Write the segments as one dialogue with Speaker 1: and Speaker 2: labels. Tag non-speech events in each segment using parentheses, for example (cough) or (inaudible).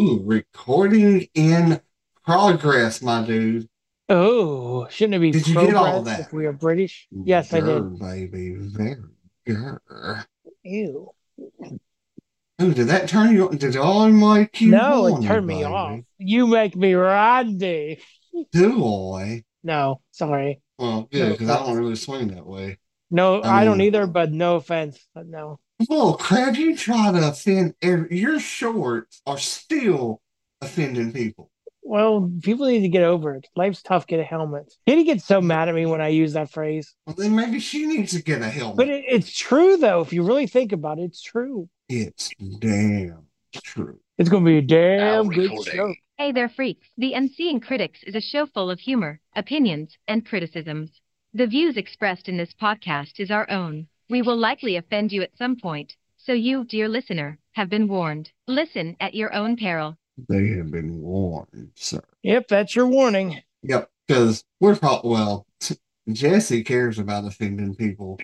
Speaker 1: Ooh, recording in progress, my dude.
Speaker 2: Oh, shouldn't it be
Speaker 1: Did you get all
Speaker 2: progress
Speaker 1: that?
Speaker 2: if we are British? Yes, I did.
Speaker 1: Grr, Baby, very grr.
Speaker 2: Ew.
Speaker 1: Ooh, Oh, did that turn you on? Did it on like you?
Speaker 2: No,
Speaker 1: on,
Speaker 2: it turned me
Speaker 1: baby?
Speaker 2: off. You make me randy.
Speaker 1: Do I?
Speaker 2: No, sorry.
Speaker 1: Well, good, because I don't really swing that way.
Speaker 2: No,
Speaker 1: I
Speaker 2: I, don't
Speaker 1: mean-
Speaker 2: either, but no offense. But no.
Speaker 1: Well, crap, you try to offend every, your shorts are still offending people.
Speaker 2: Well, people need to get over it. Life's tough. Get a helmet. Did he get so mad at me when I use that phrase?
Speaker 1: Well, then maybe she needs to get a
Speaker 2: But
Speaker 1: helmet.
Speaker 2: it, it's true, though. If you really think about it, it's true.
Speaker 1: it's damn true.
Speaker 2: It's going to be a damn
Speaker 3: Now
Speaker 2: good
Speaker 3: recording.
Speaker 2: show.
Speaker 4: Hey there, freaks. The MCing Critics is a show full of humor, opinions, and criticisms. The views expressed in this podcast is our own. We will likely offend you at some point, so you, dear listener, have been warned. Listen at your own peril.
Speaker 1: They have been warned, sir.
Speaker 2: Yep, that's your warning.
Speaker 1: Yep, because we're probably well. Jesse cares about offending people.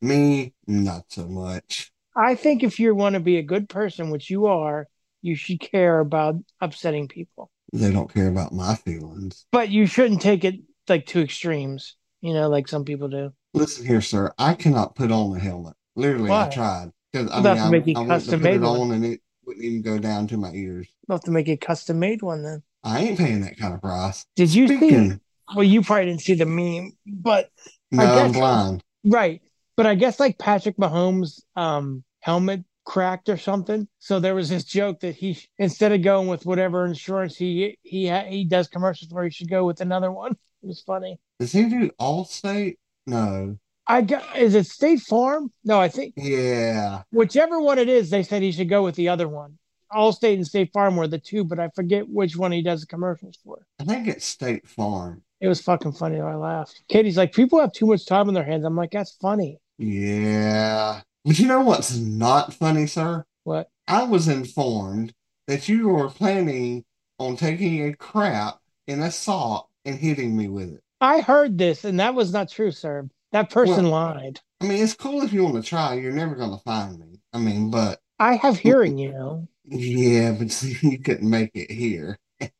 Speaker 1: Me, not so much.
Speaker 2: I think if you want to be a good person, which you are, you should care about upsetting people.
Speaker 1: They don't care about my feelings.
Speaker 2: But you shouldn't take it like to extremes, you know, like some people do.
Speaker 1: Listen here, sir. I cannot put on a helmet. Literally, I
Speaker 2: Why?
Speaker 1: tried because I
Speaker 2: Well, that's
Speaker 1: mean, I,
Speaker 2: maybe
Speaker 1: I went to put
Speaker 2: custom-made
Speaker 1: it
Speaker 2: one.
Speaker 1: on and it wouldn't even go down to my ears.
Speaker 2: We'll have to make a custom made one then.
Speaker 1: I ain't paying that kind of price.
Speaker 2: Did you see?
Speaker 1: Speaking,
Speaker 2: Well, you probably didn't see the meme, but
Speaker 1: no,
Speaker 2: I
Speaker 1: I'm
Speaker 2: guess-
Speaker 1: blind.
Speaker 2: right. But I guess like Patrick Mahomes' um, helmet cracked or something. So there was this joke that he instead of going with whatever insurance he he ha- he does commercials where he should go with another one. It was funny.
Speaker 1: Does he do Allstate? No.
Speaker 2: I got is it State Farm? No, I think
Speaker 1: Yeah.
Speaker 2: whichever one it is, they said he should go with the other one. Allstate and State Farm were the two, but I forget which one he does the commercials for.
Speaker 1: I think it's State Farm.
Speaker 2: It was fucking funny. though. I laughed. Katie's like, people have too much time on their hands. I'm like, that's funny.
Speaker 1: Yeah. But you know what's not funny, sir?
Speaker 2: What?
Speaker 1: I was informed that you were planning on taking a crap in a sock and hitting me with it.
Speaker 2: I heard this, and that was not true, sir. That person
Speaker 1: Well-
Speaker 2: lied.
Speaker 1: I mean, it's cool if you want to try. You're never going to find me. I mean, but
Speaker 2: I have hearing, you know.
Speaker 1: yeah, (laughs) but see, you couldn't make it here. (laughs)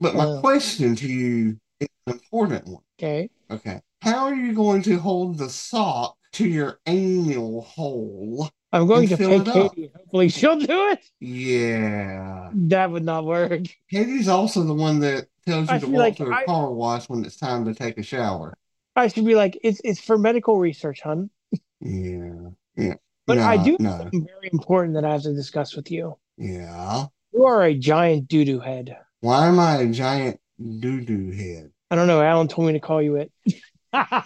Speaker 1: But my
Speaker 2: Well.
Speaker 1: question to you is an important one.
Speaker 2: Okay.
Speaker 1: Okay. How are you going to hold the sock to your anal hole?
Speaker 2: I'm going
Speaker 1: And
Speaker 2: to
Speaker 1: fill
Speaker 2: pay
Speaker 1: it up.
Speaker 2: Katie. Hopefully she'll do it.
Speaker 1: Yeah.
Speaker 2: That would not work.
Speaker 1: Katie's also the one that tells you
Speaker 2: I
Speaker 1: to
Speaker 2: feel
Speaker 1: walk
Speaker 2: like
Speaker 1: to a
Speaker 2: I-
Speaker 1: car wash when it's time to take a shower.
Speaker 2: I should be like, it's it's for medical research, hun.
Speaker 1: Yeah. Yeah.
Speaker 2: But I
Speaker 1: No,
Speaker 2: do
Speaker 1: no.
Speaker 2: something very important that I have to discuss with you.
Speaker 1: Yeah.
Speaker 2: You are a giant doo doo head.
Speaker 1: Why am I a giant doo doo head?
Speaker 2: I don't know. Alan told me to call you it. I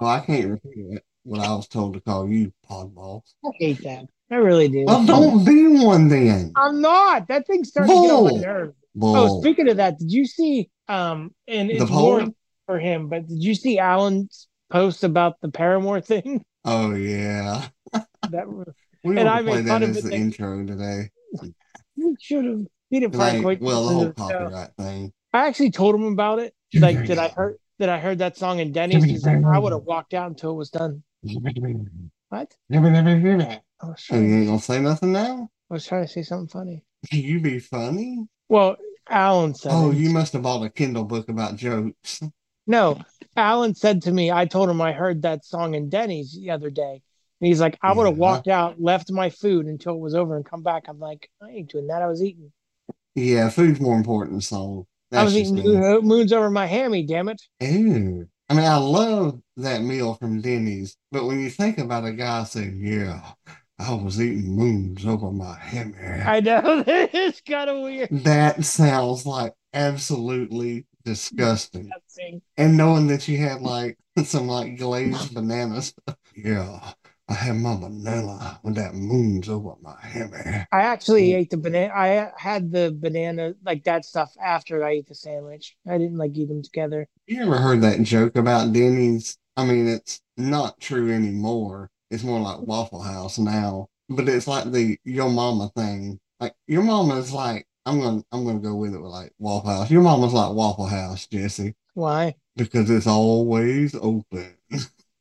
Speaker 1: Oh, I can't repeat it, what I was told to call you, Podball.
Speaker 2: hate that. I really do.
Speaker 1: Well, don't be one then.
Speaker 2: I'm not. That thing's starting to get on my
Speaker 1: Bull.
Speaker 2: nerves. Oh,
Speaker 1: Bull.
Speaker 2: speaking of that, did you see? Um, and
Speaker 1: The
Speaker 2: it's
Speaker 1: poll?
Speaker 2: more for him, but did you see Alan's post about the Paramore thing? (laughs)
Speaker 1: Oh, yeah.
Speaker 2: that was-
Speaker 1: We
Speaker 2: And
Speaker 1: want
Speaker 2: I
Speaker 1: to play
Speaker 2: made
Speaker 1: that
Speaker 2: fun of
Speaker 1: as
Speaker 2: it
Speaker 1: the
Speaker 2: that-
Speaker 1: intro today.
Speaker 2: you should have. He didn't probably
Speaker 1: Like,
Speaker 2: quite
Speaker 1: well, the
Speaker 2: listen to
Speaker 1: whole
Speaker 2: the show.
Speaker 1: copyright thing.
Speaker 2: I actually told him about it.
Speaker 1: Yeah,
Speaker 2: Like,
Speaker 1: yeah,
Speaker 2: did I
Speaker 1: yeah.
Speaker 2: heard that I heard that song in Denny's? He's like, I would have walked out until it was done. What?
Speaker 1: Oh,
Speaker 2: I was
Speaker 1: you
Speaker 2: trying,
Speaker 1: ain't gonna say nothing now?
Speaker 2: I was trying to say something funny.
Speaker 1: You be funny?
Speaker 2: Well, Alan said.
Speaker 1: Oh,
Speaker 2: it.
Speaker 1: you must have bought a Kindle book about jokes.
Speaker 2: No, Alan said to me, I told him I heard that song in Denny's the other day. And he's like, I would have
Speaker 1: Yeah.
Speaker 2: walked out, left my food until it was over and come back. I'm like, I ain't doing that. I was eating.
Speaker 1: Yeah, food's more important, so
Speaker 2: I
Speaker 1: that's
Speaker 2: was
Speaker 1: just
Speaker 2: eating
Speaker 1: me.
Speaker 2: Mo- moons over my hammy, damn it.
Speaker 1: Ew. I mean, I love that meal from Denny's, but when you think about a guy saying, Yeah, I was eating moons over my hammer,
Speaker 2: I know (laughs) it's kind of weird.
Speaker 1: that sounds like absolutely disgusting.
Speaker 2: that thing.
Speaker 1: (laughs) And knowing that you had like some like glazed bananas, (laughs) yeah, I had my vanilla when that moon's over my hammer.
Speaker 2: I actually ate the banana. I had the banana, like that stuff, after I ate the sandwich. I didn't like eat them together.
Speaker 1: You ever heard that joke about Denny's? I mean, it's not true anymore. It's more like Waffle House now, but it's like the your mama thing. Like your mama is like, I'm gonna I'm gonna go with it with like Waffle House. Your mama's like Waffle House, Jesse,
Speaker 2: Why?
Speaker 1: because it's always open.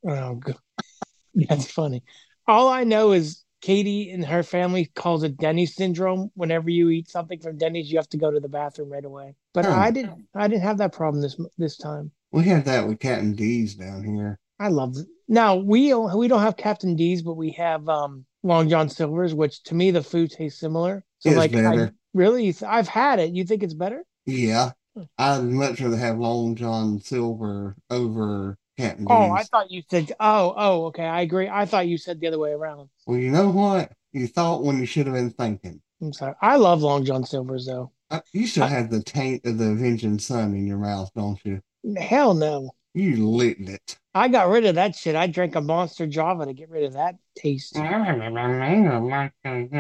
Speaker 2: Oh, God. (laughs) that's funny. All I know is Katie and her family calls it Denny's syndrome. Whenever you eat something from Denny's, you have to go to the bathroom right away. But
Speaker 1: Hmm.
Speaker 2: I didn't. I didn't have that problem this this time.
Speaker 1: We had that with Captain D's down here.
Speaker 2: I love it. Now we don't, we don't have Captain D's, but we have um Long John Silver's, which to me the food tastes similar. So
Speaker 1: It's
Speaker 2: like, I,
Speaker 1: better.
Speaker 2: really, I've had it. You think it's better?
Speaker 1: Yeah,
Speaker 2: Hmm.
Speaker 1: I'd much rather have Long John Silver over Captain
Speaker 2: Oh, I
Speaker 1: D's.
Speaker 2: thought you said. Oh, oh, okay. I agree. I thought you said the other way around.
Speaker 1: Well, you know what? You thought when you should have been thinking.
Speaker 2: I'm sorry. I love Long John Silver's though.
Speaker 1: Uh, You still have the taint of the Avenging Sun in your mouth, don't you?
Speaker 2: Hell no.
Speaker 1: You licked it.
Speaker 2: I got rid of that shit. I drank a Monster Java to get rid of that taste.
Speaker 1: Mm.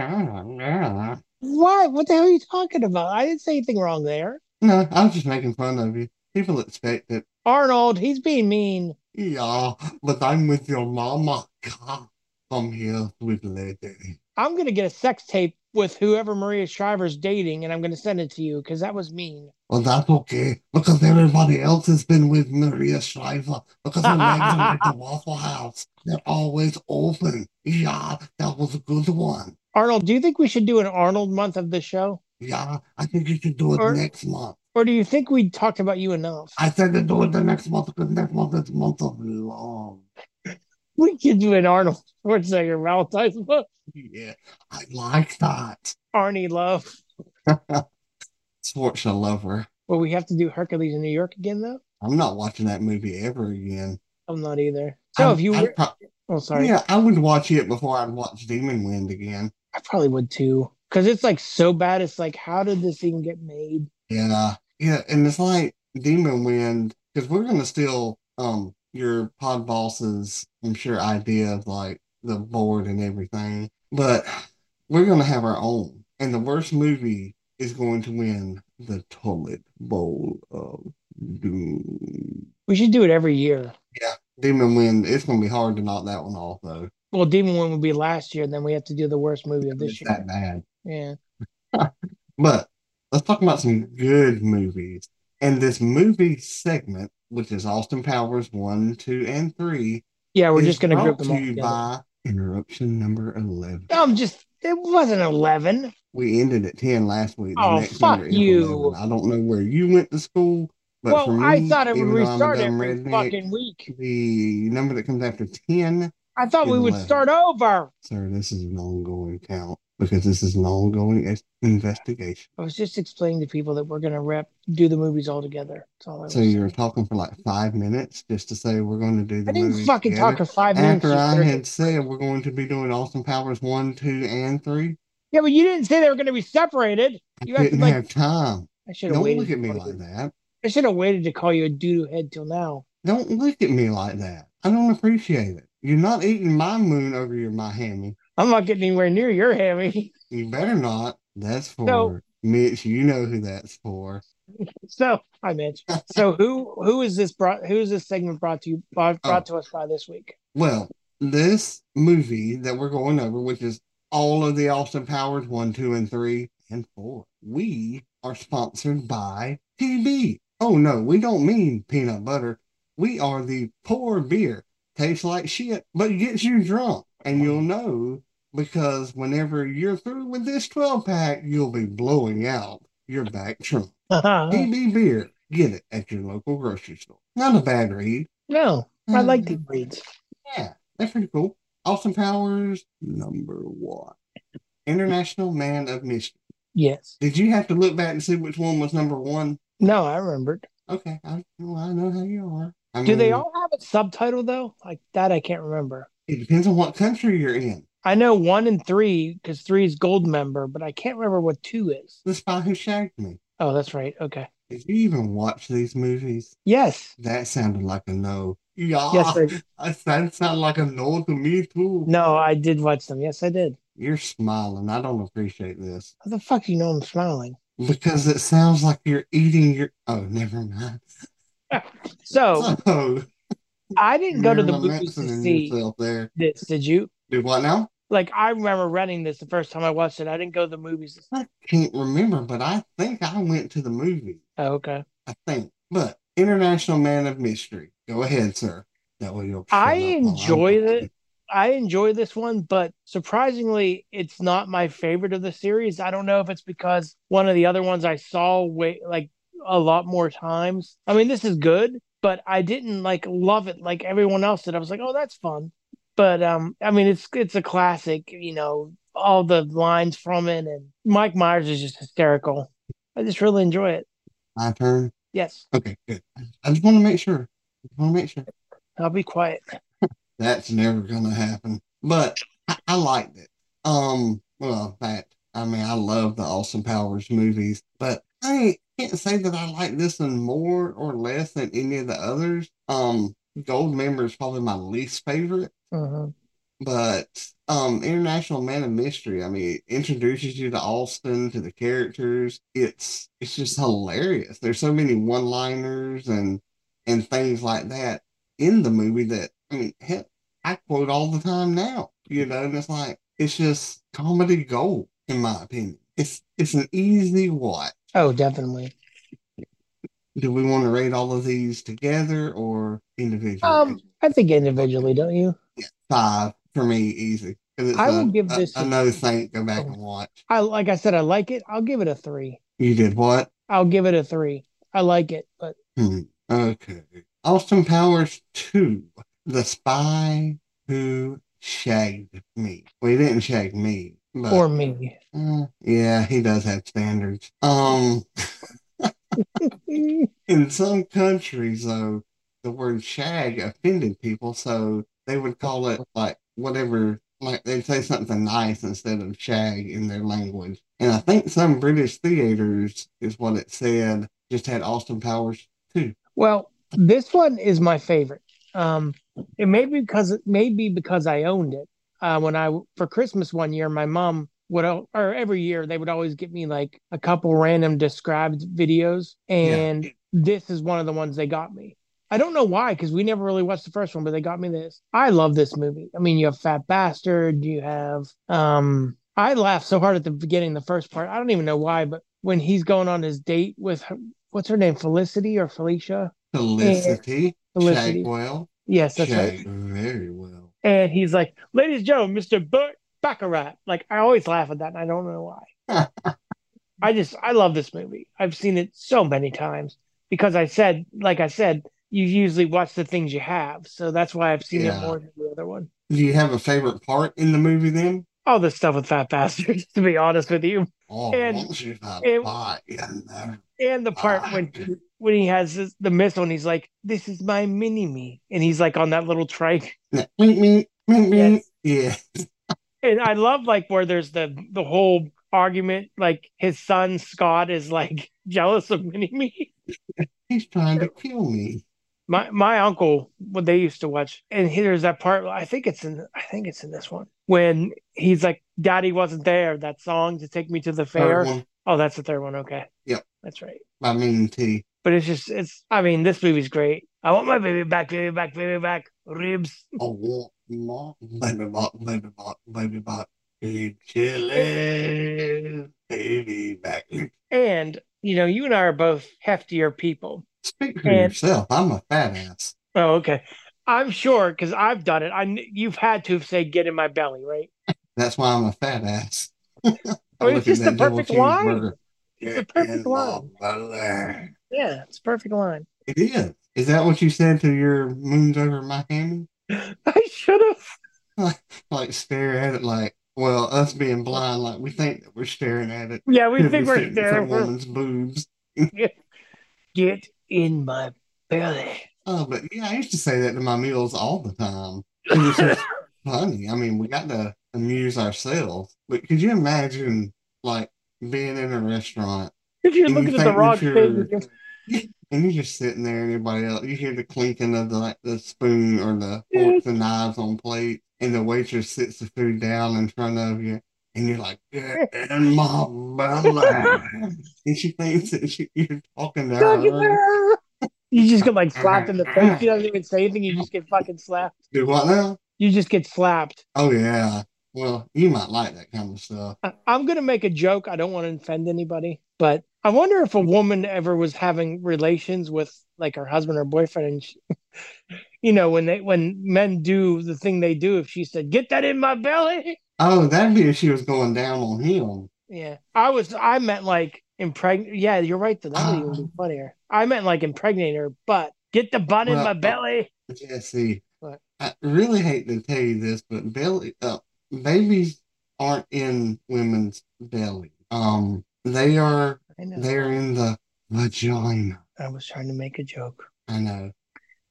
Speaker 1: No,
Speaker 2: What? What the hell are you talking about? I didn't say anything wrong there.
Speaker 1: I'm just making fun of you. People expect it.
Speaker 2: Arnold, he's being mean.
Speaker 1: Yeah, but I'm with your mama. God, I'm here with lady.
Speaker 2: I'm gonna get a sex tape with whoever Maria Shriver's dating, and I'm gonna send it to you because that was mean.
Speaker 1: Well, that's okay because everybody else has been with Maria Shriver because her legs are like the Waffle House. They're always open. Yeah, that was a good one.
Speaker 2: Arnold, do you think we should do an Arnold month of the show,
Speaker 1: Yeah, I think you should do it
Speaker 2: Or-
Speaker 1: next month.
Speaker 2: or do you think we talked about you enough?
Speaker 1: I said to do it the next month because next month is month Oh, of love.
Speaker 2: we could do an Arnold (laughs) Schwarzenegger Valentine's month.
Speaker 1: Yeah, I like that.
Speaker 2: (laughs) Arnie Love.
Speaker 1: Sports a lover.
Speaker 2: Well, we have to do Hercules in New York again, though.
Speaker 1: I'm not watching that movie ever again.
Speaker 2: I'm not either. So
Speaker 1: I-
Speaker 2: if you
Speaker 1: Um, I
Speaker 2: were,
Speaker 1: pro-
Speaker 2: oh sorry,
Speaker 1: yeah, I would watch it before I'd watch Demon Wind again.
Speaker 2: I probably would too, because it's like so bad. It's like, how did this even get made?
Speaker 1: Yeah, yeah, and it's like Demon Wind because we're gonna steal um your pod boss's, I'm sure, idea of like the board and everything, but we're gonna have our own, and the worst movie is going to win the toilet bowl of doom.
Speaker 2: We should do it every year.
Speaker 1: Yeah, Demon Wind. It's gonna be hard to knock that one off though.
Speaker 2: Well, Demon One would be last year, and then we have to do the worst movie of this
Speaker 1: It's
Speaker 2: year.
Speaker 1: that bad.
Speaker 2: Yeah.
Speaker 1: But let's talk about some good movies. And this movie segment, which is Austin Powers 1, 2, and 3,
Speaker 2: Yeah, Oh, we're
Speaker 1: is
Speaker 2: just gonna
Speaker 1: brought
Speaker 2: group them
Speaker 1: to
Speaker 2: all
Speaker 1: you
Speaker 2: together.
Speaker 1: by interruption number 11.
Speaker 2: I'm just it wasn't eleven.
Speaker 1: We ended at 10 last week. The
Speaker 2: Oh,
Speaker 1: next
Speaker 2: fuck
Speaker 1: number is
Speaker 2: you.
Speaker 1: 11. I don't know where you went to school, but for
Speaker 2: well, I
Speaker 1: me,
Speaker 2: thought it would
Speaker 1: even though I'm a
Speaker 2: restart
Speaker 1: dumb
Speaker 2: every
Speaker 1: redneck,
Speaker 2: fucking week.
Speaker 1: the number that comes after 10,
Speaker 2: I thought we
Speaker 1: is
Speaker 2: would
Speaker 1: 11.
Speaker 2: start over.
Speaker 1: sir, this is an ongoing count because this is an ongoing ex- investigation.
Speaker 2: I was just explaining to people that we're gonna rep do the movies all together. That's all I was.
Speaker 1: So you were talking for like five minutes just to say we're going to do the
Speaker 2: I didn't
Speaker 1: movies
Speaker 2: fucking
Speaker 1: together.
Speaker 2: talk for five minutes.
Speaker 1: After
Speaker 2: you
Speaker 1: I
Speaker 2: jerk.
Speaker 1: had said we're going to be doing Austin Powers one, two, and three,
Speaker 2: Yeah, but you didn't say they were gonna be separated. You
Speaker 1: didn't
Speaker 2: acted like
Speaker 1: have time.
Speaker 2: I should have
Speaker 1: Don't
Speaker 2: waited.
Speaker 1: look at me
Speaker 2: for you.
Speaker 1: like that.
Speaker 2: I should have waited to call you a doodoo head till now.
Speaker 1: Don't look at me like that. I don't appreciate it. You're not eating my moon over your my hammy.
Speaker 2: I'm not getting anywhere near your hammy. (laughs)
Speaker 1: You better not. That's for
Speaker 2: No.
Speaker 1: Mitch. You know who that's for.
Speaker 2: So hi Mitch. So who who is this brought who is this segment brought to you brought, brought to us by this (laughs) week?
Speaker 1: Well, this movie that we're going over, which is all of the Austin Powers one, two, and three, and four, we are sponsored by PB. Oh no, we don't mean peanut butter. We are the poor beer. Tastes like shit, but gets you drunk. And you'll know because whenever you're through with this 12 pack, you'll be blowing out your back trunk. PB beer. Get it at your local grocery store. Not a bad read.
Speaker 2: no. I like
Speaker 1: Mhm.
Speaker 2: deep reads.
Speaker 1: Yeah, that's pretty cool. Austin Powers, number one. International Man of Mystery.
Speaker 2: Yes.
Speaker 1: Did you have to look back and see which one was number one?
Speaker 2: No, I remembered.
Speaker 1: Okay, I, well, I know how you are. I
Speaker 2: Do they
Speaker 1: mean,
Speaker 2: all have a subtitle though? Like that, I can't remember.
Speaker 1: It depends on what country you're in.
Speaker 2: I know one and three because three is gold member, but I can't remember what two is.
Speaker 1: The Spy Who Shagged Me.
Speaker 2: Oh, that's right. Okay.
Speaker 1: Did you even watch these movies?
Speaker 2: Yes.
Speaker 1: That sounded like a no. Yeah,
Speaker 2: Yes, I,
Speaker 1: (laughs) that sounds not like a no to me too.
Speaker 2: no, I did watch them. Yes, I did.
Speaker 1: You're smiling. I don't appreciate this
Speaker 2: How the fuck do you know I'm smiling?
Speaker 1: because it sounds like you're eating your. Oh, never mind.
Speaker 2: So
Speaker 1: (laughs) Oh,
Speaker 2: I didn't go to the
Speaker 1: you're
Speaker 2: movies to
Speaker 1: lamenting
Speaker 2: see
Speaker 1: yourself there.
Speaker 2: this. Did you?
Speaker 1: Do what now?
Speaker 2: Like I remember renting this the first time I watched it. I didn't go to the movies.
Speaker 1: I can't remember, but I think I went to the movie.
Speaker 2: Oh, okay.
Speaker 1: I think. But International Man of Mystery. Go ahead, sir. That way you'll.
Speaker 2: I
Speaker 1: shut up while I'm
Speaker 2: enjoyed
Speaker 1: talking.
Speaker 2: it. I enjoy this one, but surprisingly, it's not my favorite of the series. I don't know if it's because one of the other ones I saw way like a lot more times. I mean, this is good, but I didn't like love it like everyone else did. I was like, oh, that's fun, but um, I mean, it's it's a classic. You know, all the lines from it, and Mike Myers is just hysterical. I just really enjoy it.
Speaker 1: My turn.
Speaker 2: Yes,
Speaker 1: Okay, good. I just want to make sure. I just want to make sure.
Speaker 2: I'll be quiet.
Speaker 1: That's never gonna happen. But I, I liked it. Um, well, that I mean, I love the Austin Powers movies, but I can't say that I like this one more or less than any of the others. Um, Gold Member is probably my least favorite,
Speaker 2: hmm
Speaker 1: but um, International Man of Mystery. I mean, it introduces you to Austin to the characters. It's it's just hilarious. There's so many one-liners and and things like that in the movie that I mean, heck, I quote all the time now, you know, and it's like it's just comedy gold in my opinion. It's it's an easy watch.
Speaker 2: Oh, definitely.
Speaker 1: Do we want to rate all of these together or individually?
Speaker 2: Um, I think individually, don't you?
Speaker 1: Five for me, easy. 'Cause it's
Speaker 2: I will
Speaker 1: a-
Speaker 2: give this
Speaker 1: a,
Speaker 2: a-
Speaker 1: a no thank. Go back and watch.
Speaker 2: I like I said, I like it. I'll give it a three.
Speaker 1: You did what?
Speaker 2: I'll give it a three. I like it, but
Speaker 1: Hmm. Okay. Austin Powers two, the spy who shagged me. Well, he didn't shag me, but
Speaker 2: for me.
Speaker 1: Uh, yeah, he does have standards. Um,
Speaker 2: Mm,
Speaker 1: in some countries, though, the word shag offended people, so they would call it like whatever, like they'd say something nice instead of shag in their language. And I think some British theaters is what it said, just had Austin Powers too.
Speaker 2: Well, this one is my favorite. Um, it may be because it may be because I owned it. Uh, when I for Christmas one year, my mom would al- or every year they would always get me like a couple random described videos, and this is one of the ones they got me. I don't know why, because we never really watched the first one, but they got me this. I love this movie. I mean, you have Fat Bastard, you have um I laughed so hard at the beginning, the first part. I don't even know why, but when he's going on his date with her, what's her name? Felicity or Felicia?
Speaker 1: Felicity,
Speaker 2: Felicity.
Speaker 1: shag well,
Speaker 2: Yes, that's right.
Speaker 1: shag very well.
Speaker 2: And he's like, ladies and gentlemen, Mr. Burt Baccarat. Like, I always laugh at that, and I don't know
Speaker 1: (laughs)
Speaker 2: why. I just, I love this movie. I've seen it so many times because I said, like I said, you usually watch the things you have. So that's why I've seen
Speaker 1: Yeah.
Speaker 2: it more than the other one.
Speaker 1: Do you have a favorite part in the movie then?
Speaker 2: All the stuff with Fat Bastards, (laughs) to be honest with you.
Speaker 1: Oh,
Speaker 2: And-
Speaker 1: once you've had
Speaker 2: and-
Speaker 1: pie, you never
Speaker 2: And the part when
Speaker 1: Ah.
Speaker 2: when he has this, the missile and he's like, this is my mini me. And he's like on that little trike.
Speaker 1: Yeah, meet me, meet me. Yeah,
Speaker 2: and I love like where there's the the whole argument like his son Scott is like (laughs) jealous of Mini Me.
Speaker 1: he's trying to kill me.
Speaker 2: My my uncle what they used to watch and he- there's that part I think it's in I think it's in this one when he's like Daddy wasn't there that song to take me to the fair.
Speaker 1: Third one
Speaker 2: Oh, that's the third one. Okay.
Speaker 1: Yep.
Speaker 2: That's right.
Speaker 1: by Mean T.
Speaker 2: But it's just it's I mean this movie's great. I want my baby back, baby back, baby back, ribs.
Speaker 1: I want my baby back, baby back, baby back. You chillin', baby back.
Speaker 2: And you know you and I are both heftier people.
Speaker 1: Speak for
Speaker 2: And-
Speaker 1: yourself. I'm a fat ass.
Speaker 2: Oh, okay. I'm sure because I've done it. I kn- you've had to say get in my belly, right?
Speaker 1: That's why I'm a fat ass. (laughs) I
Speaker 2: Oh, it's
Speaker 1: look at
Speaker 2: just
Speaker 1: that
Speaker 2: the
Speaker 1: double
Speaker 2: perfect line.
Speaker 1: cheeseburger.
Speaker 2: It's
Speaker 1: Get
Speaker 2: the perfect
Speaker 1: in my
Speaker 2: line.
Speaker 1: belly.
Speaker 2: Yeah, it's a perfect line.
Speaker 1: It is. Is that what you said to your moons over Miami?
Speaker 2: (laughs) I should have.
Speaker 1: Like stare at it like, well, us being blind, like we think that we're staring at it. (laughs)
Speaker 2: Yeah, we
Speaker 1: Could be
Speaker 2: think we're
Speaker 1: sitting at some
Speaker 2: there. We're-
Speaker 1: woman's boobs.
Speaker 2: Get in my belly.
Speaker 1: Oh, but yeah, I used to say that to my meals all the time. And it's just funny. I mean, we got to amuse ourselves. But could you imagine, like, being in a restaurant?
Speaker 2: (laughs) If you're
Speaker 1: And you
Speaker 2: looking
Speaker 1: think
Speaker 2: at the
Speaker 1: that
Speaker 2: wrong
Speaker 1: (laughs) you're-
Speaker 2: thing,
Speaker 1: And you're just sitting there, and everybody else, you hear the clinking of the like, the spoon or the forks and knives on plate, and the waitress sits the food down in front of you, and you're like, "Get in my belly," and she thinks that she, you're talking to her.
Speaker 2: You just get like slapped in the face. She
Speaker 1: (laughs)
Speaker 2: doesn't even say anything. You just get fucking slapped.
Speaker 1: Do what now?
Speaker 2: You just get slapped.
Speaker 1: Oh yeah. Well, you might like that kind of stuff.
Speaker 2: I- I'm gonna make a joke. I don't want to offend anybody, but I wonder
Speaker 1: Mm-hmm.
Speaker 2: if a woman ever was having relations with like her husband or boyfriend, and she, (laughs) you know when they when men do the thing they do, if she said, "Get that in my belly,"
Speaker 1: Oh, that'd be if she was going down on him.
Speaker 2: yeah, I was I meant like impregnate. Yeah, you're right. Though. That
Speaker 1: (sighs)
Speaker 2: would even be funnier. I meant like impregnate her, but get the butt in
Speaker 1: Well,
Speaker 2: my belly.
Speaker 1: Jesse,
Speaker 2: What?
Speaker 1: I really hate to tell you this, but belly uh, babies aren't in women's belly. Um, they are
Speaker 2: I know.
Speaker 1: uh, they are in the vagina.
Speaker 2: I was trying to make a joke,
Speaker 1: I know.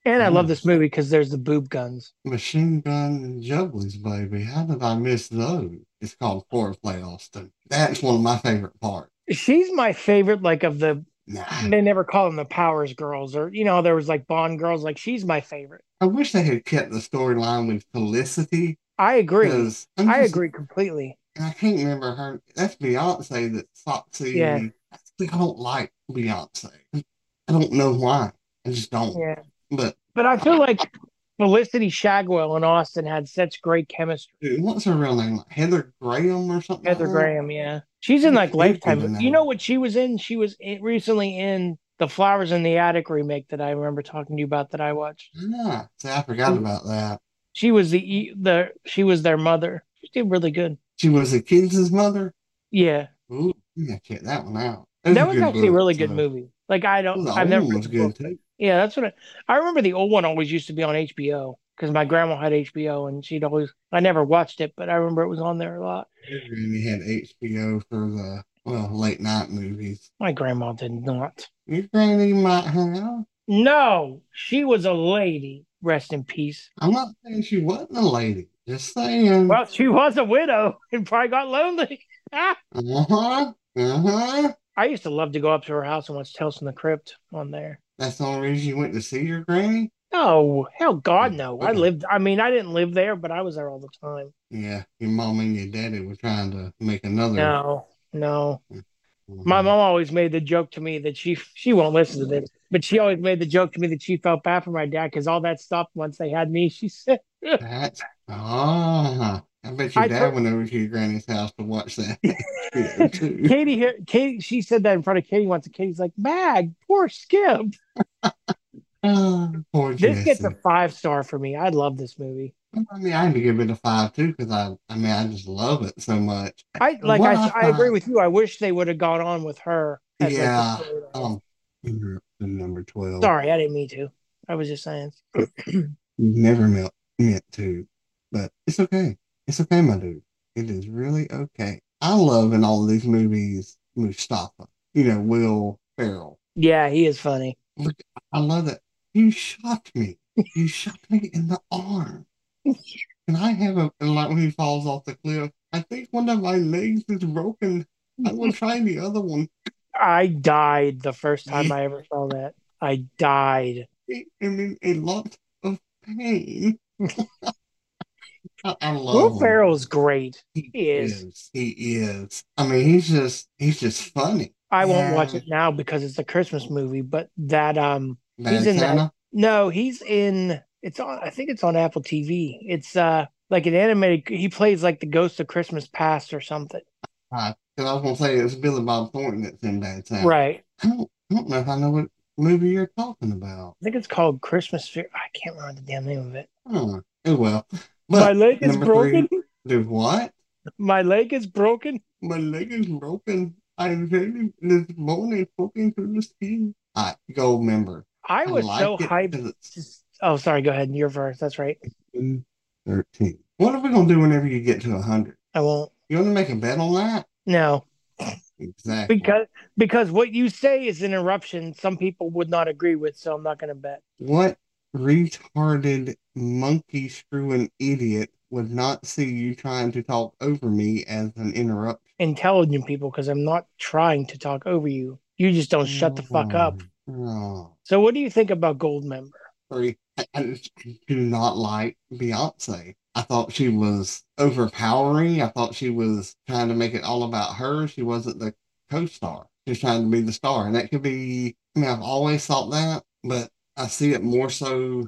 Speaker 2: and I love
Speaker 1: Mm.
Speaker 2: this movie because there's the boob guns.
Speaker 1: Machine gun jugglers, baby. How did I miss those? It's called foreplay, Austin. That's one of my favorite parts.
Speaker 2: She's my favorite, like of the
Speaker 1: Nah,
Speaker 2: they never call them the powers girls or you know there was like bond girls like she's my favorite
Speaker 1: I wish they had kept the storyline with Felicity.
Speaker 2: i agree
Speaker 1: 'cause I'm
Speaker 2: i
Speaker 1: just-
Speaker 2: agree completely
Speaker 1: And I can't remember her. That's Beyonce that Foxy.
Speaker 2: Yeah.
Speaker 1: and- I think I don't like Beyonce. I don't know why. I just don't.
Speaker 2: yeah
Speaker 1: But
Speaker 2: but i feel like felicity shagwell and austin had such great chemistry
Speaker 1: dude, what's her real name? Like Heather Graham or something?
Speaker 2: heather
Speaker 1: like that?
Speaker 2: graham yeah she's in like
Speaker 1: She's in
Speaker 2: lifetime
Speaker 1: that.
Speaker 2: you know what she was in she was in, recently in the flowers in the attic remake that i remember talking to you about that i watched
Speaker 1: Yeah. See, I forgot
Speaker 2: Mm.
Speaker 1: about that.
Speaker 2: she was the e- the she was their mother she did really good
Speaker 1: She was a kid's mother.
Speaker 2: yeah
Speaker 1: Ooh, yeah, check that one out.
Speaker 2: that was actually a really good
Speaker 1: movie.
Speaker 2: movie like i don't
Speaker 1: The
Speaker 2: i've never
Speaker 1: old
Speaker 2: read
Speaker 1: one's
Speaker 2: the book.
Speaker 1: good too.
Speaker 2: Yeah, that's what I, I remember. The old one always used to be on HBO because my grandma had HBO, and she'd always. I never watched it, but I remember it was on there a lot.
Speaker 1: And you had HBO for the well late night movies.
Speaker 2: My grandma did not.
Speaker 1: Your granny might have.
Speaker 2: No, she was a lady. Rest in peace.
Speaker 1: I'm not saying she wasn't a lady. Just saying.
Speaker 2: Well, she was a widow (laughs) and probably got lonely. Ah!
Speaker 1: Uh-huh. Uh-huh.
Speaker 2: I used to love to go up to her house and watch Tales from the Crypt on there.
Speaker 1: That's the only reason you went to see your granny?
Speaker 2: No, hell, God, no. I
Speaker 1: Okay.
Speaker 2: lived. I mean, I didn't live there, but I was there all the time.
Speaker 1: Yeah, your mom and your daddy were trying to make another.
Speaker 2: No, no. My mom always made the joke to me that she she won't listen to this, but she always made the joke to me that she felt bad for my dad because all that stopped once they had me.
Speaker 1: (laughs)
Speaker 2: She said,
Speaker 1: (laughs) That's ah. I bet your
Speaker 2: I
Speaker 1: dad
Speaker 2: told-
Speaker 1: went over to your granny's house to watch that
Speaker 2: (laughs)
Speaker 1: video too.
Speaker 2: "Katie here, Katie." She said that in front of Katie once, and Katie's like, "Mag, poor Skip."
Speaker 1: Ah, (laughs) poor
Speaker 2: This gets a
Speaker 1: Jesse.
Speaker 2: five star for me. I love this movie.
Speaker 1: I mean, I had to give it a five too because I, I mean, I just love it so much.
Speaker 2: I like.
Speaker 1: What
Speaker 2: I,
Speaker 1: I
Speaker 2: I agree
Speaker 1: find-
Speaker 2: with you. I wish they would have gone on with her. like, the
Speaker 1: Yeah,
Speaker 2: story.
Speaker 1: Um, number number twelve.
Speaker 2: Sorry, I didn't mean to. I was just saying.
Speaker 1: never meant meant to, but it's okay. It's okay, my dude. It is really okay. I love in all of these movies Mustafa. You know, Will Ferrell.
Speaker 2: Yeah, he is funny.
Speaker 1: I love that. You shot me. You shot me in the arm. And I have a and like when he falls off the cliff, I think one of my legs is broken. I will try the other one.
Speaker 2: I died the first time I ever saw that. I died.
Speaker 1: It, I mean, a lot of pain. (laughs) I, I love
Speaker 2: Will
Speaker 1: him.
Speaker 2: Ferrell's great.
Speaker 1: He
Speaker 2: He is.
Speaker 1: He is. I mean, he's just he's just funny.
Speaker 2: I won't watch
Speaker 1: Yeah.
Speaker 2: it now because it's a Christmas movie, but that um
Speaker 1: Bad
Speaker 2: He's in that-
Speaker 1: Santa.
Speaker 2: no, he's in it's on I think it's on Apple TV. It's uh like an animated he plays like the ghost of Christmas past or something.
Speaker 1: Because I was gonna say it's Billy Bob Thornton that's in Bad Santa.
Speaker 2: Right.
Speaker 1: I don't, I don't know if I know what movie you're talking about.
Speaker 2: I think it's called Christmas Fear. I can't remember the damn name of it.
Speaker 1: Oh, oh well.
Speaker 2: My
Speaker 1: But
Speaker 2: leg is
Speaker 1: number
Speaker 2: broken.
Speaker 1: do what?
Speaker 2: My leg is broken.
Speaker 1: My leg is broken. I'm very this morning poking through the skin. I go member.
Speaker 2: I was so
Speaker 1: like it
Speaker 2: hyped.
Speaker 1: 'cause it's
Speaker 2: Just- Oh, sorry. Go ahead. You're first. That's right.
Speaker 1: 13. What are we gonna do whenever you get to hundred?
Speaker 2: I won't.
Speaker 1: You wanna make a bet on that?
Speaker 2: No,
Speaker 1: Exactly.
Speaker 2: because because what you say is an eruption. Some people would not agree with, so I'm not going to bet.
Speaker 1: What retarded monkey screwing idiot would not see you trying to talk over me as an interruption?
Speaker 2: intelligent people because I'm not trying to talk over you. You just don't shut the fuck up.
Speaker 1: Oh,
Speaker 2: So, what do you think about Goldmember?
Speaker 1: three. I, I just do not like Beyonce. I thought she was overpowering. I thought she was trying to make it all about her. She wasn't the co-star. She was trying to be the star, and that could be. I mean, I've always thought that, but I see it more so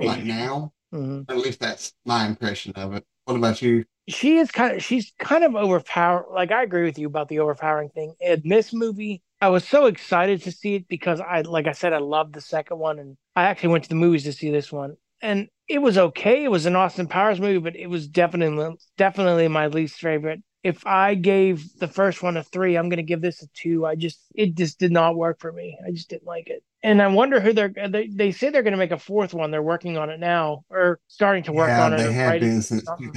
Speaker 1: like now.
Speaker 2: Mhm.
Speaker 1: Or at least that's my impression of it. What about you?
Speaker 2: She is kind of she's kind of overpower. Like I agree with you about the overpowering thing. In this movie, I was so excited to see it because I, like I said, I loved the second one, and I actually went to the movies to see this one, and it was okay. It was an Austin Powers movie, but it was definitely definitely my least favorite. If I gave the first one a three, I'm going to give this a two. I just it just did not work for me. I just didn't like it. And I wonder who they're they, they say they're going to make a fourth one. They're working on it now or starting to work
Speaker 1: yeah,
Speaker 2: on it.
Speaker 1: they
Speaker 2: or
Speaker 1: have
Speaker 2: writing
Speaker 1: been since
Speaker 2: something.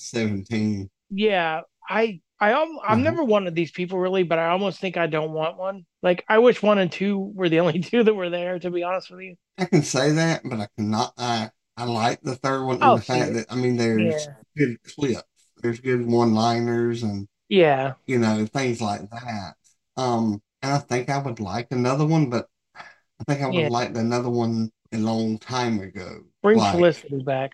Speaker 1: 2017.
Speaker 2: Yeah, I I um, I'm
Speaker 1: Mhm.
Speaker 2: never one of these people really, but I almost think I don't want one. Like I wish one and two were the (laughs) only two that were there. To be honest with you,
Speaker 1: I can say that, but I cannot. I I like the third one
Speaker 2: Oh,
Speaker 1: and the fact
Speaker 2: sure.
Speaker 1: that I mean there's
Speaker 2: yeah,
Speaker 1: good clips, there's good one-liners, and
Speaker 2: yeah,
Speaker 1: you know things like that. Um, and I think I would like another one, but I think I would
Speaker 2: Yeah.
Speaker 1: have liked another one a long time ago.
Speaker 2: bring
Speaker 1: Like,
Speaker 2: Felicity back.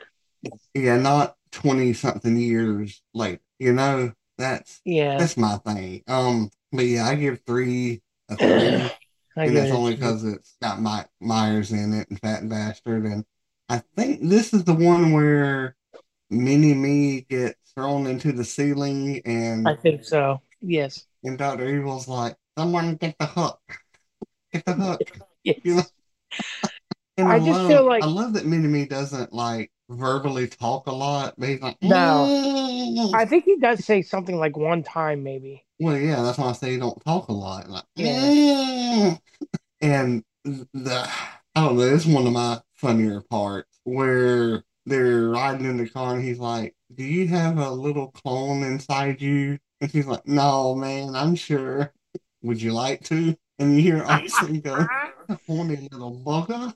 Speaker 1: yeah, not twenty something years later. You know, that's
Speaker 2: Yeah,
Speaker 1: that's my thing. Um, but yeah, I give three a three.
Speaker 2: I
Speaker 1: and
Speaker 2: get
Speaker 1: that's
Speaker 2: it.
Speaker 1: only because it's got Mike Myers in it and Fat Bastard. And I think this is the one where Mini Me gets thrown into the ceiling, and
Speaker 2: I think so. Yes,
Speaker 1: and Doctor Evil's like, "Someone get the hook, get the hook."
Speaker 2: (laughs) yes.
Speaker 1: You know, And
Speaker 2: I just feel like-
Speaker 1: I love that Mini Me doesn't like verbally talk a lot, but he's like,
Speaker 2: No.
Speaker 1: "Mm."
Speaker 2: I think he does say something like one time maybe. (laughs)
Speaker 1: Well, yeah, that's why I say you don't talk a lot. Like,
Speaker 2: Yeah.
Speaker 1: "Mm." and the I don't know. It's one of my funnier parts where they're riding in the car, and he's like, "Do you have a little clone inside you?" And she's like, "No, man, I'm sure. Would you like to?" And you hear Austin go, (laughs) "Horny little bugger."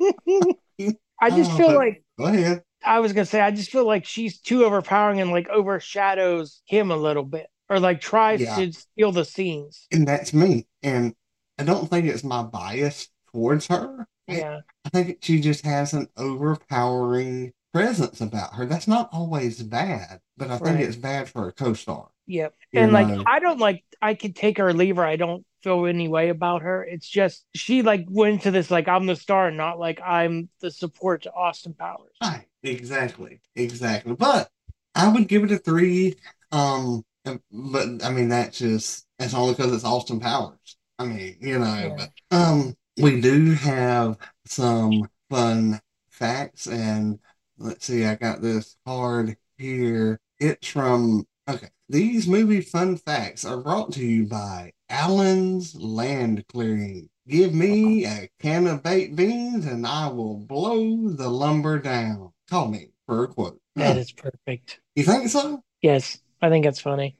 Speaker 2: I just
Speaker 1: Oh,
Speaker 2: feel
Speaker 1: but-
Speaker 2: like.
Speaker 1: Go ahead.
Speaker 2: I was gonna say, I just feel like she's too overpowering and like overshadows him a little bit, or like tries
Speaker 1: Yeah.
Speaker 2: to steal the scenes.
Speaker 1: And that's me. And I don't think it's my bias towards her.
Speaker 2: Yeah,
Speaker 1: I think she just has an overpowering presence about her. That's not always bad, but I think
Speaker 2: Right.
Speaker 1: it's bad for a co-star.
Speaker 2: yep.
Speaker 1: you
Speaker 2: And like,
Speaker 1: know?
Speaker 2: I don't like. I could take her or leave her. I don't feel any way about her. It's just she like went to this like I'm the star, not like I'm the support to Austin Powers.
Speaker 1: Right. Exactly. Exactly. But I would give it a three. Um, but I mean that's just that's only because it's Austin Powers. I mean, you know,
Speaker 2: Yeah.
Speaker 1: but um, we do have some fun facts, and let's see, I got this card here. It's from okay. These movie fun facts are brought to you by Allen's Land Clearing. Give me a can of baked beans, and I will blow the lumber down. Call me for a quote.
Speaker 2: That is perfect.
Speaker 1: You think so?
Speaker 2: Yes, I think that's funny.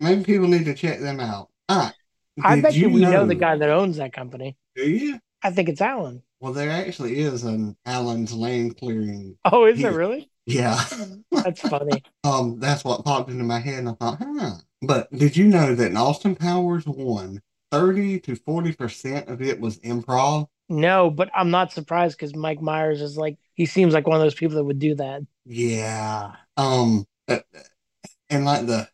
Speaker 1: Maybe people need to check them out. All right.
Speaker 2: I
Speaker 1: Did
Speaker 2: bet you we know the guy that owns that company.
Speaker 1: Do you?
Speaker 2: I think it's Alan.
Speaker 1: Well, there actually is an Allen's land clearing.
Speaker 2: Oh, is
Speaker 1: Yeah.
Speaker 2: it really?
Speaker 1: Yeah. (laughs)
Speaker 2: That's funny.
Speaker 1: Um, that's what popped into my head, and I thought, huh. But did you know that in Austin Powers one, 30 to 40% of it was improv?
Speaker 2: No, but I'm not surprised because Mike Myers is like he seems like one of those people that would do that.
Speaker 1: Yeah. Um, uh, and like the,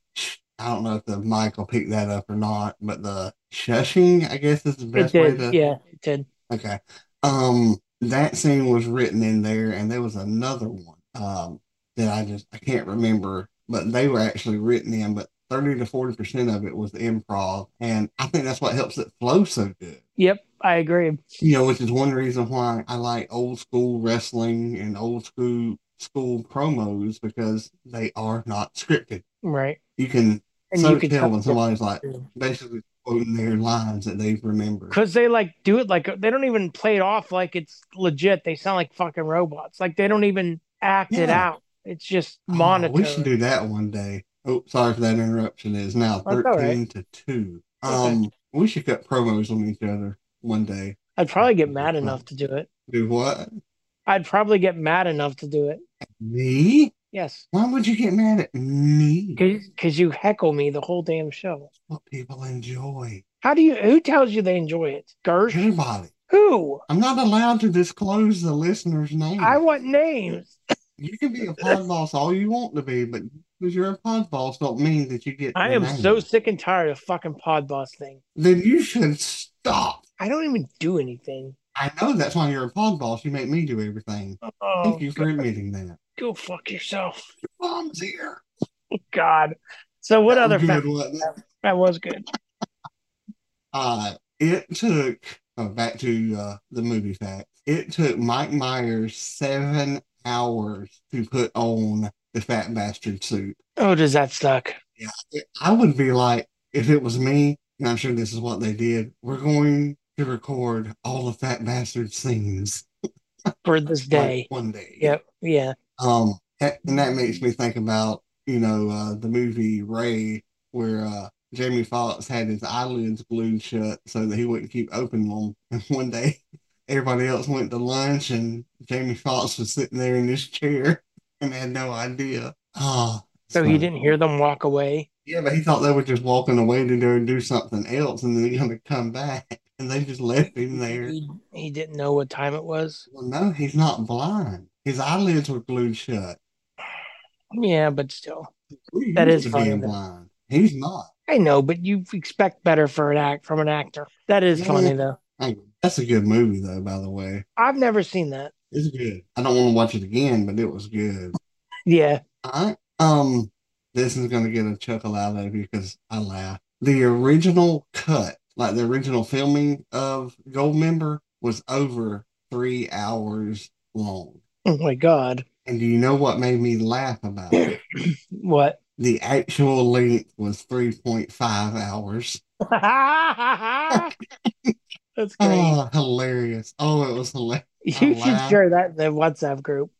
Speaker 1: I don't know if the mic will pick that up or not, but the shushing, I guess, is the
Speaker 2: It
Speaker 1: best way
Speaker 2: did,
Speaker 1: to.
Speaker 2: yeah, it did.
Speaker 1: Okay. Um, that scene was written in there, and there was another one um that I just I can't remember, but they were actually written in, but 30 to 40% of it was improv, and I think that's what helps it flow so good.
Speaker 2: Yep, I agree.
Speaker 1: You know, which is one reason why I like old school wrestling and old school school promos because they are not scripted.
Speaker 2: Right,
Speaker 1: You can
Speaker 2: and
Speaker 1: so
Speaker 2: you could
Speaker 1: tell
Speaker 2: tell
Speaker 1: when somebody's like basically quoting their lines that they've remembered.
Speaker 2: because they like do it like they don't even play it off like it's legit. They sound like fucking robots. Like they don't even act it
Speaker 1: Yeah.
Speaker 2: out. It's just
Speaker 1: Oh,
Speaker 2: monotone.
Speaker 1: we should do that one day. Oh, sorry for that interruption. It is now
Speaker 2: That's all
Speaker 1: 13
Speaker 2: right.
Speaker 1: to 2.
Speaker 2: Okay.
Speaker 1: Um, we should cut promos on each other one day.
Speaker 2: I'd probably get mad enough to do it.
Speaker 1: Do what?
Speaker 2: I'd probably get mad enough to do it.
Speaker 1: Me?
Speaker 2: Yes.
Speaker 1: Why would you get mad at me?
Speaker 2: Because you heckle me the whole damn show.
Speaker 1: What people enjoy.
Speaker 2: How do you? Who tells you they enjoy it? Gersh?
Speaker 1: Everybody.
Speaker 2: Who?
Speaker 1: I'm not allowed to disclose the listener's name.
Speaker 2: I want names.
Speaker 1: you can be a pod boss all you want to be, but because you're a pod boss, don't mean that you get.
Speaker 2: I
Speaker 1: the
Speaker 2: am
Speaker 1: name.
Speaker 2: so sick and tired of fucking pod boss thing.
Speaker 1: Then you should stop.
Speaker 2: I don't even do anything.
Speaker 1: I know that's why you're a pod boss. You make me do everything.
Speaker 2: Oh,
Speaker 1: Thank you for admitting that.
Speaker 2: go fuck yourself.
Speaker 1: Mom's here.
Speaker 2: God. So what
Speaker 1: That was
Speaker 2: other
Speaker 1: good,
Speaker 2: fact?
Speaker 1: wasn't it?
Speaker 2: That was good.
Speaker 1: Uh, it took oh, back to uh, the movie fact. It took Mike Myers seven hours to put on the fat bastard suit.
Speaker 2: Oh, does that suck?
Speaker 1: I would be like, if it was me, and I'm sure this is what they did, we're going to record all the fat bastard scenes
Speaker 2: For this
Speaker 1: like,
Speaker 2: day.
Speaker 1: one day.
Speaker 2: Yep. Yeah.
Speaker 1: Um, a- and that makes me think about, you know, uh, the movie Ray, where uh, Jamie Foxx had his eyelids glued shut so that he wouldn't keep opening them. (laughs) And one day, everybody else went to lunch, and Jamie Foxx was sitting there in his chair (laughs) and had no idea. Ah, it's
Speaker 2: So he
Speaker 1: funny.
Speaker 2: didn't hear them walk away.
Speaker 1: Yeah, but he thought they were just walking away to go and do something else, and then they're gonna come back, (laughs) and they just left him
Speaker 2: (laughs)
Speaker 1: there.
Speaker 2: He, he didn't know what time it was.
Speaker 1: Well, no, he's not blind. His eyelids were glued shut.
Speaker 2: Yeah, but still.
Speaker 1: We
Speaker 2: That
Speaker 1: used
Speaker 2: is
Speaker 1: to being
Speaker 2: funny, though.
Speaker 1: blind. He's not.
Speaker 2: I know, but you expect better for an act from an actor. That is funny
Speaker 1: Yeah.
Speaker 2: though.
Speaker 1: Hey, that's a good movie, though. By the way,
Speaker 2: I've never seen that.
Speaker 1: it's good. I don't want to watch it again, but it was good.
Speaker 2: Yeah.
Speaker 1: All right. Um, this is gonna get a chuckle out of you because I laugh. The original cut, like the original filming of Goldmember, was over three hours long.
Speaker 2: Oh my god.
Speaker 1: And do you know what made me laugh about it?
Speaker 2: What? (laughs)
Speaker 1: The actual length was 3.5 hours.
Speaker 2: That's great.
Speaker 1: Oh, hilarious. Oh, it was hilarious.
Speaker 2: (laughs) you
Speaker 1: wow.
Speaker 2: should share that in the WhatsApp group.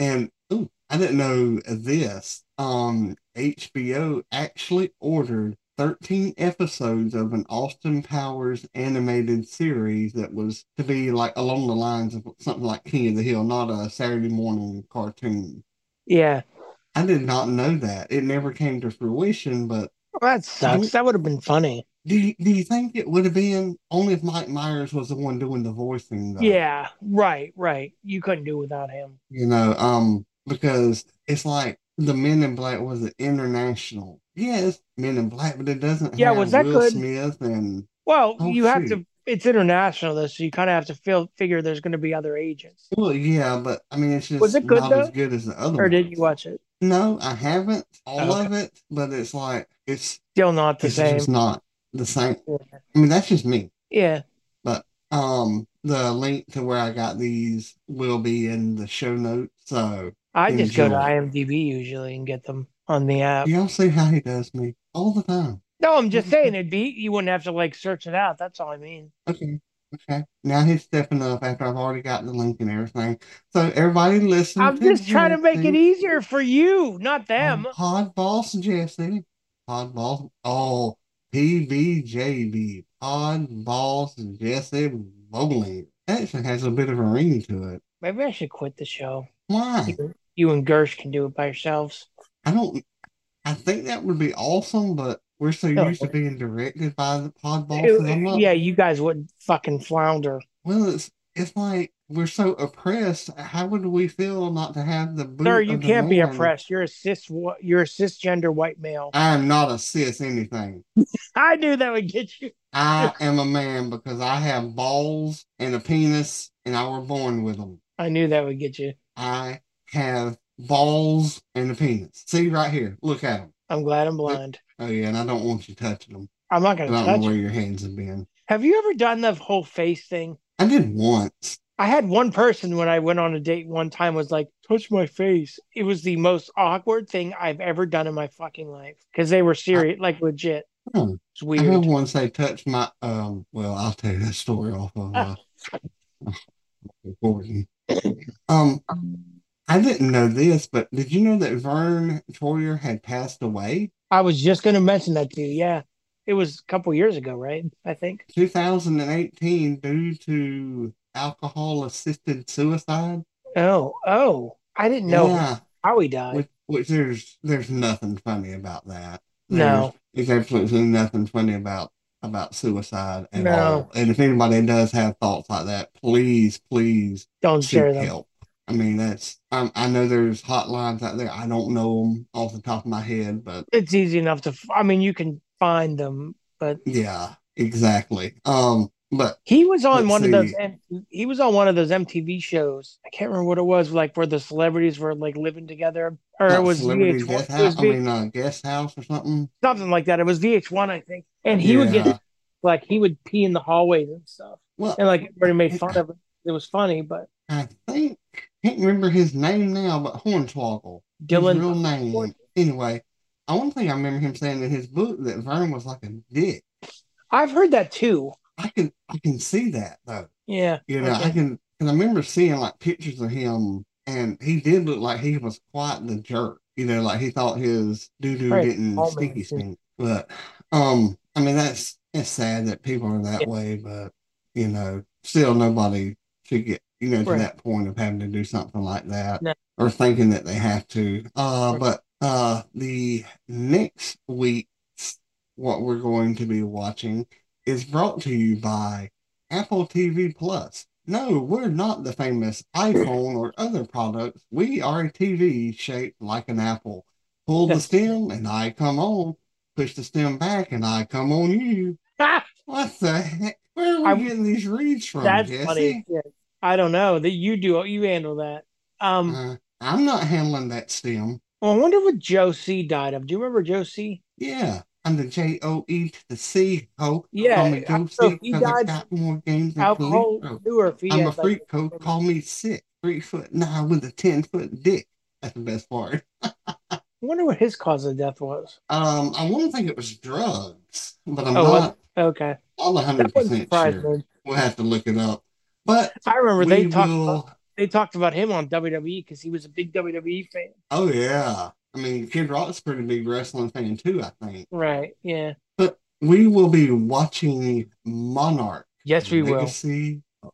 Speaker 1: And ooh, I didn't know this. Um, HBO actually ordered 13 episodes of an Austin Powers animated series that was to be like along the lines of something like King of the Hill, not a Saturday morning cartoon.
Speaker 2: Yeah.
Speaker 1: I did not know that. It never came to fruition, but
Speaker 2: Well, that sucks. That would have been funny.
Speaker 1: Do you, do you think it would have been only if Mike Myers was the one doing the voicing though?
Speaker 2: Yeah. Right. Right. You couldn't do without him.
Speaker 1: You know, um, because it's like the Men in Black was it international? Yes, Men in Black, but it doesn't
Speaker 2: Yeah,
Speaker 1: have
Speaker 2: was that
Speaker 1: Will
Speaker 2: good?
Speaker 1: Smith and
Speaker 2: Well,
Speaker 1: Oh,
Speaker 2: you have
Speaker 1: shoot.
Speaker 2: to. It's international though, so you kind of have to feel figure there's going to be other agents.
Speaker 1: well, yeah, but I mean, it's just
Speaker 2: Was it good,
Speaker 1: not as
Speaker 2: though?
Speaker 1: good as the other
Speaker 2: Or
Speaker 1: one.
Speaker 2: did you watch it?
Speaker 1: No, I haven't all
Speaker 2: Okay.
Speaker 1: of it, but it's like it's
Speaker 2: Still not the
Speaker 1: it's
Speaker 2: same.
Speaker 1: just not the same.
Speaker 2: Yeah.
Speaker 1: I mean, that's just me.
Speaker 2: Yeah.
Speaker 1: Um, the link to where I got these will be in the show notes, so.
Speaker 2: I just go to
Speaker 1: Enjoy.
Speaker 2: IMDb usually and get them on the app.
Speaker 1: Y'all see how he does me all the time.
Speaker 2: No, I'm just saying it'd be you wouldn't have to like search it out. That's all I mean.
Speaker 1: Okay. Okay. Now he's stepping up after I've already got the link and everything. So everybody listen
Speaker 2: I'm
Speaker 1: to
Speaker 2: just trying to make it
Speaker 1: Jesse
Speaker 2: easier for you, not
Speaker 1: on
Speaker 2: them.
Speaker 1: Pod Boss Jesse. Pod Boss. Oh, PBJB. Pod Boss Jesse Bowling. Actually has a bit of a ring to it.
Speaker 2: Maybe I should quit the show.
Speaker 1: Why?
Speaker 2: You and Gersh can do it by yourselves.
Speaker 1: I don't. I think that would be awesome, but we're so
Speaker 2: No.
Speaker 1: used to being directed by the pod bosses. I'm not
Speaker 2: Yeah, you guys wouldn't fucking flounder.
Speaker 1: Well, it's it's like we're so oppressed. How would we feel not to have the boot
Speaker 2: Sir,
Speaker 1: of
Speaker 2: you
Speaker 1: the
Speaker 2: can't be
Speaker 1: man?
Speaker 2: oppressed. You're a cis wa- you're a cisgender white male.
Speaker 1: I am not a cis anything.
Speaker 2: I knew that would get you.
Speaker 1: I am a man because I have balls and a penis, and I were born with them.
Speaker 2: I knew that would get you.
Speaker 1: I have balls and a penis. See right here, look at them.
Speaker 2: I'm glad I'm blind.
Speaker 1: Oh yeah, and I don't want you touching them.
Speaker 2: I'm not
Speaker 1: I
Speaker 2: gonna
Speaker 1: don't
Speaker 2: touch
Speaker 1: know
Speaker 2: you.
Speaker 1: where your hands have been.
Speaker 2: Have you ever done the whole face thing?
Speaker 1: I did once.
Speaker 2: I had one person when I went on a date one time was like, touch my face. It was the most awkward thing I've ever done in my fucking life because they were serious, like legit.
Speaker 1: Hmm.
Speaker 2: It's
Speaker 1: I
Speaker 2: weird.
Speaker 1: had once they touched my um. Well, I'll tell you that story off of uh, recording. Um, I didn't know this, but did you know that Vern Troyer had passed away?
Speaker 2: I was just going to mention that to you. Yeah. It was a couple years ago, right? I think.
Speaker 1: 2018 due to alcohol assisted suicide.
Speaker 2: Oh, oh, I didn't know.
Speaker 1: Yeah.
Speaker 2: How he died.
Speaker 1: Which, which there's there's nothing funny about that.
Speaker 2: No.
Speaker 1: There's, there's absolutely nothing funny about about suicide at
Speaker 2: No.
Speaker 1: all. And if anybody does have thoughts like that, please, please
Speaker 2: Don't
Speaker 1: seek
Speaker 2: share them.
Speaker 1: help. I mean, that's um, I know there's hotlines out there. I don't know them off the top of my head, but
Speaker 2: It's easy enough to. f- I mean, you can find them, but
Speaker 1: yeah, exactly. Um, but
Speaker 2: he was on
Speaker 1: Let's
Speaker 2: one
Speaker 1: see.
Speaker 2: of those. M- He was on one of those MTV shows. I can't remember what it was. Like where the celebrities were like living together, or it
Speaker 1: not
Speaker 2: was
Speaker 1: celebrity
Speaker 2: VH1.
Speaker 1: death
Speaker 2: It was
Speaker 1: house. I
Speaker 2: VH1
Speaker 1: mean, uh, guest house or something.
Speaker 2: something like that. It was VH1, I think. And he would
Speaker 1: Yeah.
Speaker 2: get like he would pee in the hallways and stuff,
Speaker 1: Well,
Speaker 2: and like everybody made fun of him. It was funny, but
Speaker 1: I think can't remember his name now, but Hornswoggle. his real
Speaker 2: Dylan.
Speaker 1: name. Anyway, I one thing I remember him saying in his book that Vern was like a dick.
Speaker 2: I've heard that too.
Speaker 1: I can I can see that though.
Speaker 2: Yeah, (laughs)
Speaker 1: You know, I
Speaker 2: Okay.
Speaker 1: can because I remember seeing like pictures of him, and he did look like he was quite the jerk. You know, like he thought his doo doo
Speaker 2: Right.
Speaker 1: didn't
Speaker 2: All
Speaker 1: stinky
Speaker 2: men do.
Speaker 1: stink. But um, I mean that's it's sad that people are that way, but you know, still nobody should get you know to
Speaker 2: Right.
Speaker 1: that point of having to do something like that
Speaker 2: No.
Speaker 1: or thinking that they have to. Uh,
Speaker 2: Right.
Speaker 1: but uh, the next week's what we're going to be watching is brought to you by Apple TV Plus. No, we're not the famous iPhone or other products. We are a TV shaped like an apple. Pull the
Speaker 2: Yes.
Speaker 1: stem and I come on. Push the stem back and I come on you.
Speaker 2: Ah,
Speaker 1: What the heck? Where are we
Speaker 2: I-
Speaker 1: getting these reads from,
Speaker 2: that's
Speaker 1: Jesse?
Speaker 2: funny. Yeah. I don't know that you do. You handle that. Um,
Speaker 1: Uh, I'm not handling that stem.
Speaker 2: well, I wonder what Joe C died of. Do you remember Joe C?
Speaker 1: Yeah, I'm the J O E to the C ho. Call me
Speaker 2: Yeah,
Speaker 1: Joe
Speaker 2: so
Speaker 1: C
Speaker 2: he
Speaker 1: because I
Speaker 2: died
Speaker 1: got more games than
Speaker 2: alcohol
Speaker 1: Khalifo.
Speaker 2: or if he
Speaker 1: Oh, I'm a
Speaker 2: had, like-
Speaker 1: freak hoe. Call me sick. Three foot nine with a ten foot dick. That's the best part.
Speaker 2: I wonder what his cause of death was.
Speaker 1: Um, I want to think it was drugs, but I'm
Speaker 2: Oh,
Speaker 1: not
Speaker 2: Okay,
Speaker 1: all
Speaker 2: that
Speaker 1: 100
Speaker 2: wouldn't
Speaker 1: percent
Speaker 2: surprise
Speaker 1: sure.
Speaker 2: me.
Speaker 1: We'll have to look it up. But
Speaker 2: I remember
Speaker 1: we
Speaker 2: they talked.
Speaker 1: will.
Speaker 2: About, they talked about him on WWE because he was a big WWE fan.
Speaker 1: Oh yeah. I mean, Kid Rock's a pretty big wrestling fan too. I think.
Speaker 2: Right. Yeah.
Speaker 1: But we will be watching Monarch.
Speaker 2: Yes, we will.
Speaker 1: Legacy of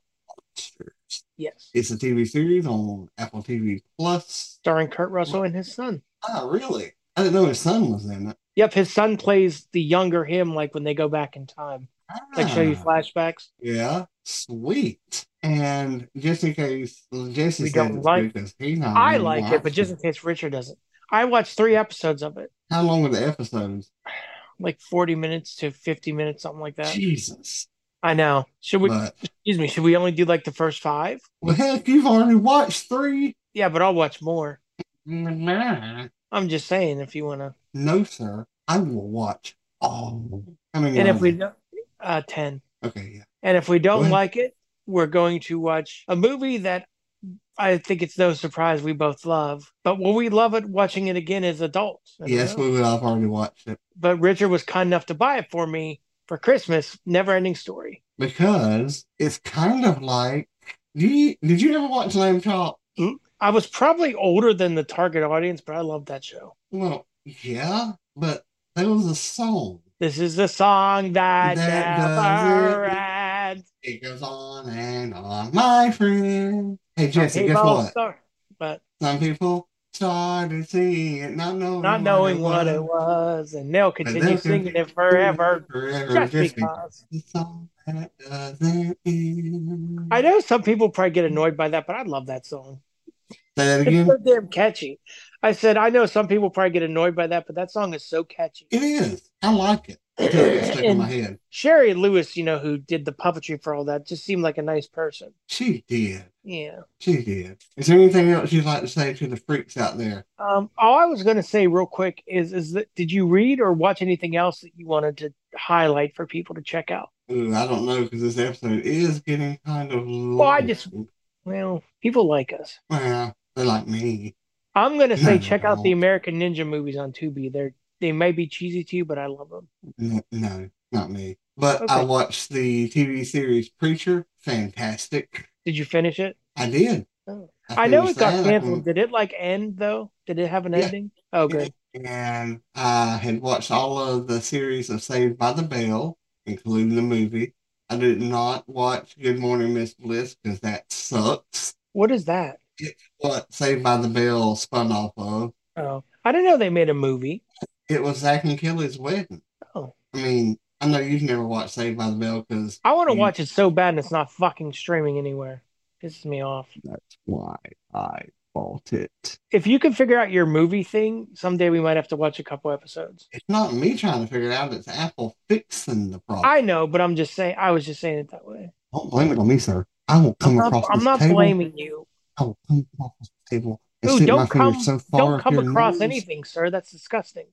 Speaker 1: Monsters.
Speaker 2: Yes.
Speaker 1: It's a TV series on Apple TV Plus.
Speaker 2: Starring Kurt Russell and his son.
Speaker 1: Ah, really? I didn't know his son was in it.
Speaker 2: Yep, his son plays the younger him, like when they go back in time, like show you
Speaker 1: Ah.
Speaker 2: flashbacks.
Speaker 1: Yeah, sweet. And just in case, well, Jesse
Speaker 2: We
Speaker 1: said
Speaker 2: don't
Speaker 1: it's
Speaker 2: like-
Speaker 1: because he not
Speaker 2: I
Speaker 1: really
Speaker 2: like it,
Speaker 1: watched
Speaker 2: but just in case Richard doesn't, I watched three episodes of it,
Speaker 1: how long were the episodes?
Speaker 2: like forty minutes to fifty minutes, something like that.
Speaker 1: Jesus.
Speaker 2: I know. Should we?
Speaker 1: But
Speaker 2: Excuse me. Should we only do like the first five?
Speaker 1: well, heck, you've already watched three.
Speaker 2: Yeah, but I'll watch more.
Speaker 1: No,
Speaker 2: I'm just saying if you want to.
Speaker 1: sir, I will watch all. How many?
Speaker 2: And
Speaker 1: are
Speaker 2: if we
Speaker 1: there?
Speaker 2: don't, uh, ten.
Speaker 1: okay, yeah,
Speaker 2: And if we
Speaker 1: Go
Speaker 2: don't
Speaker 1: ahead.
Speaker 2: like it, we're going to watch a movie that I think it's no surprise we both love. But will we love it watching it again as adults? I don't
Speaker 1: yes,
Speaker 2: know.
Speaker 1: we will. I've already watched it
Speaker 2: But Richard was kind enough to buy it for me for Christmas. Never ending story.
Speaker 1: because it's kind of like. Do you, did you ever watch Lamb Chop?
Speaker 2: I was probably older than the target audience, but I loved that show.
Speaker 1: Well, yeah, but there was a song.
Speaker 2: This is the song that,
Speaker 1: That does
Speaker 2: never
Speaker 1: it.
Speaker 2: ends.
Speaker 1: It goes on and on, my friend. Hey, Jesse,
Speaker 2: Hey,
Speaker 1: guess
Speaker 2: Ball
Speaker 1: what?
Speaker 2: Star. But
Speaker 1: Some people started seeing it, not knowing
Speaker 2: not knowing what it was, and they'll continue
Speaker 1: they'll
Speaker 2: singing it
Speaker 1: was.
Speaker 2: forever
Speaker 1: Forever,
Speaker 2: just
Speaker 1: just
Speaker 2: because.
Speaker 1: because. The song that doesn't end.
Speaker 2: I know some people probably get annoyed by that, but I love that song.
Speaker 1: Say that
Speaker 2: It's
Speaker 1: again.
Speaker 2: so damn catchy. I said, I know some people probably get annoyed by that, but that song is so catchy.
Speaker 1: It is. I like it. Until it gets stuck in my
Speaker 2: And
Speaker 1: head.
Speaker 2: Sherry Lewis, you know, who did the puppetry for all that, just seemed like a nice person.
Speaker 1: She did.
Speaker 2: Yeah.
Speaker 1: She did. Is there anything else you'd like to say to the freaks out there?
Speaker 2: Um, all I was going to say real quick is, is that did you read or watch anything else that you wanted to highlight for people to check out?
Speaker 1: Ooh, I don't know because this episode is getting kind of long.
Speaker 2: I just- Well, people like us.
Speaker 1: Well, they like me.
Speaker 2: I'm going to say
Speaker 1: No,
Speaker 2: check
Speaker 1: I
Speaker 2: out the
Speaker 1: won't.
Speaker 2: American Ninja movies on Tubi. They're, they may be cheesy to you, but I love them.
Speaker 1: No, no, not me. But I
Speaker 2: Okay.
Speaker 1: watched the TV series Preacher. Fantastic.
Speaker 2: Did you finish it?
Speaker 1: I did.
Speaker 2: Oh. I know it
Speaker 1: finished
Speaker 2: got
Speaker 1: that
Speaker 2: canceled.
Speaker 1: one,
Speaker 2: Did it like end though? Did it have an
Speaker 1: Yeah.
Speaker 2: ending?
Speaker 1: Yeah.
Speaker 2: Oh, good.
Speaker 1: And I had watched all of the series of Saved by the Bell, including the movie. I did not watch Good Morning Miss Bliss because that sucks.
Speaker 2: What is that?
Speaker 1: what Saved by the Bell spun off of.
Speaker 2: Oh, I didn't know they made a movie.
Speaker 1: It was Zach and Kelly's wedding.
Speaker 2: Oh.
Speaker 1: I mean, I know you've never watched Saved by the Bell because
Speaker 2: I want to
Speaker 1: Mm.
Speaker 2: watch it so bad, and it's not fucking streaming anywhere. Pisses me off.
Speaker 1: that's why I bought it.
Speaker 2: If you can figure out your movie thing, someday we might have to watch a couple episodes.
Speaker 1: It's not me trying to figure it out. It's Apple fixing the problem.
Speaker 2: I know, but I'm just saying. I was just saying it that way.
Speaker 1: Don't blame it on me, sir. I will come
Speaker 2: I'm not,
Speaker 1: across
Speaker 2: I'm
Speaker 1: this
Speaker 2: not
Speaker 1: table.
Speaker 2: blaming you.
Speaker 1: I will come across this table and
Speaker 2: Dude,
Speaker 1: stick
Speaker 2: don't
Speaker 1: my finger
Speaker 2: come-
Speaker 1: so far
Speaker 2: Don't
Speaker 1: up
Speaker 2: come
Speaker 1: your
Speaker 2: across
Speaker 1: nose.
Speaker 2: anything, sir. That's disgusting.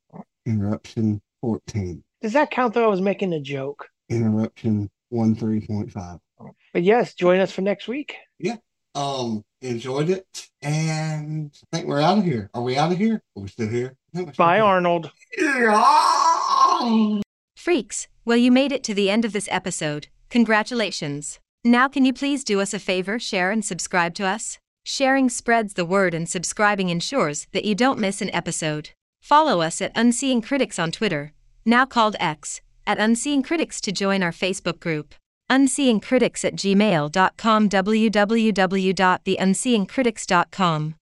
Speaker 1: Interruption 14.
Speaker 2: Does that count? Though I was making a joke.
Speaker 1: Interruption 13.5.
Speaker 2: But yes, join us for next week.
Speaker 1: Um, enjoyed it. And I think we're out of here. Are we out of here? Are we still here? I think we're still (laughs)
Speaker 2: Bye,
Speaker 1: here.
Speaker 2: Arnold.
Speaker 1: Yeah.
Speaker 4: Freaks, well, you made it to the end of this episode. Congratulations. Now, can you please do us a favor, share and subscribe to us? Sharing spreads the word, and subscribing ensures that you don't miss an episode. Follow us at Unseeing Critics on Twitter, now called X, at Unseeing Critics to join our Facebook group. Unseeing Critics at gmail.com, www.theunseeingcritics.com.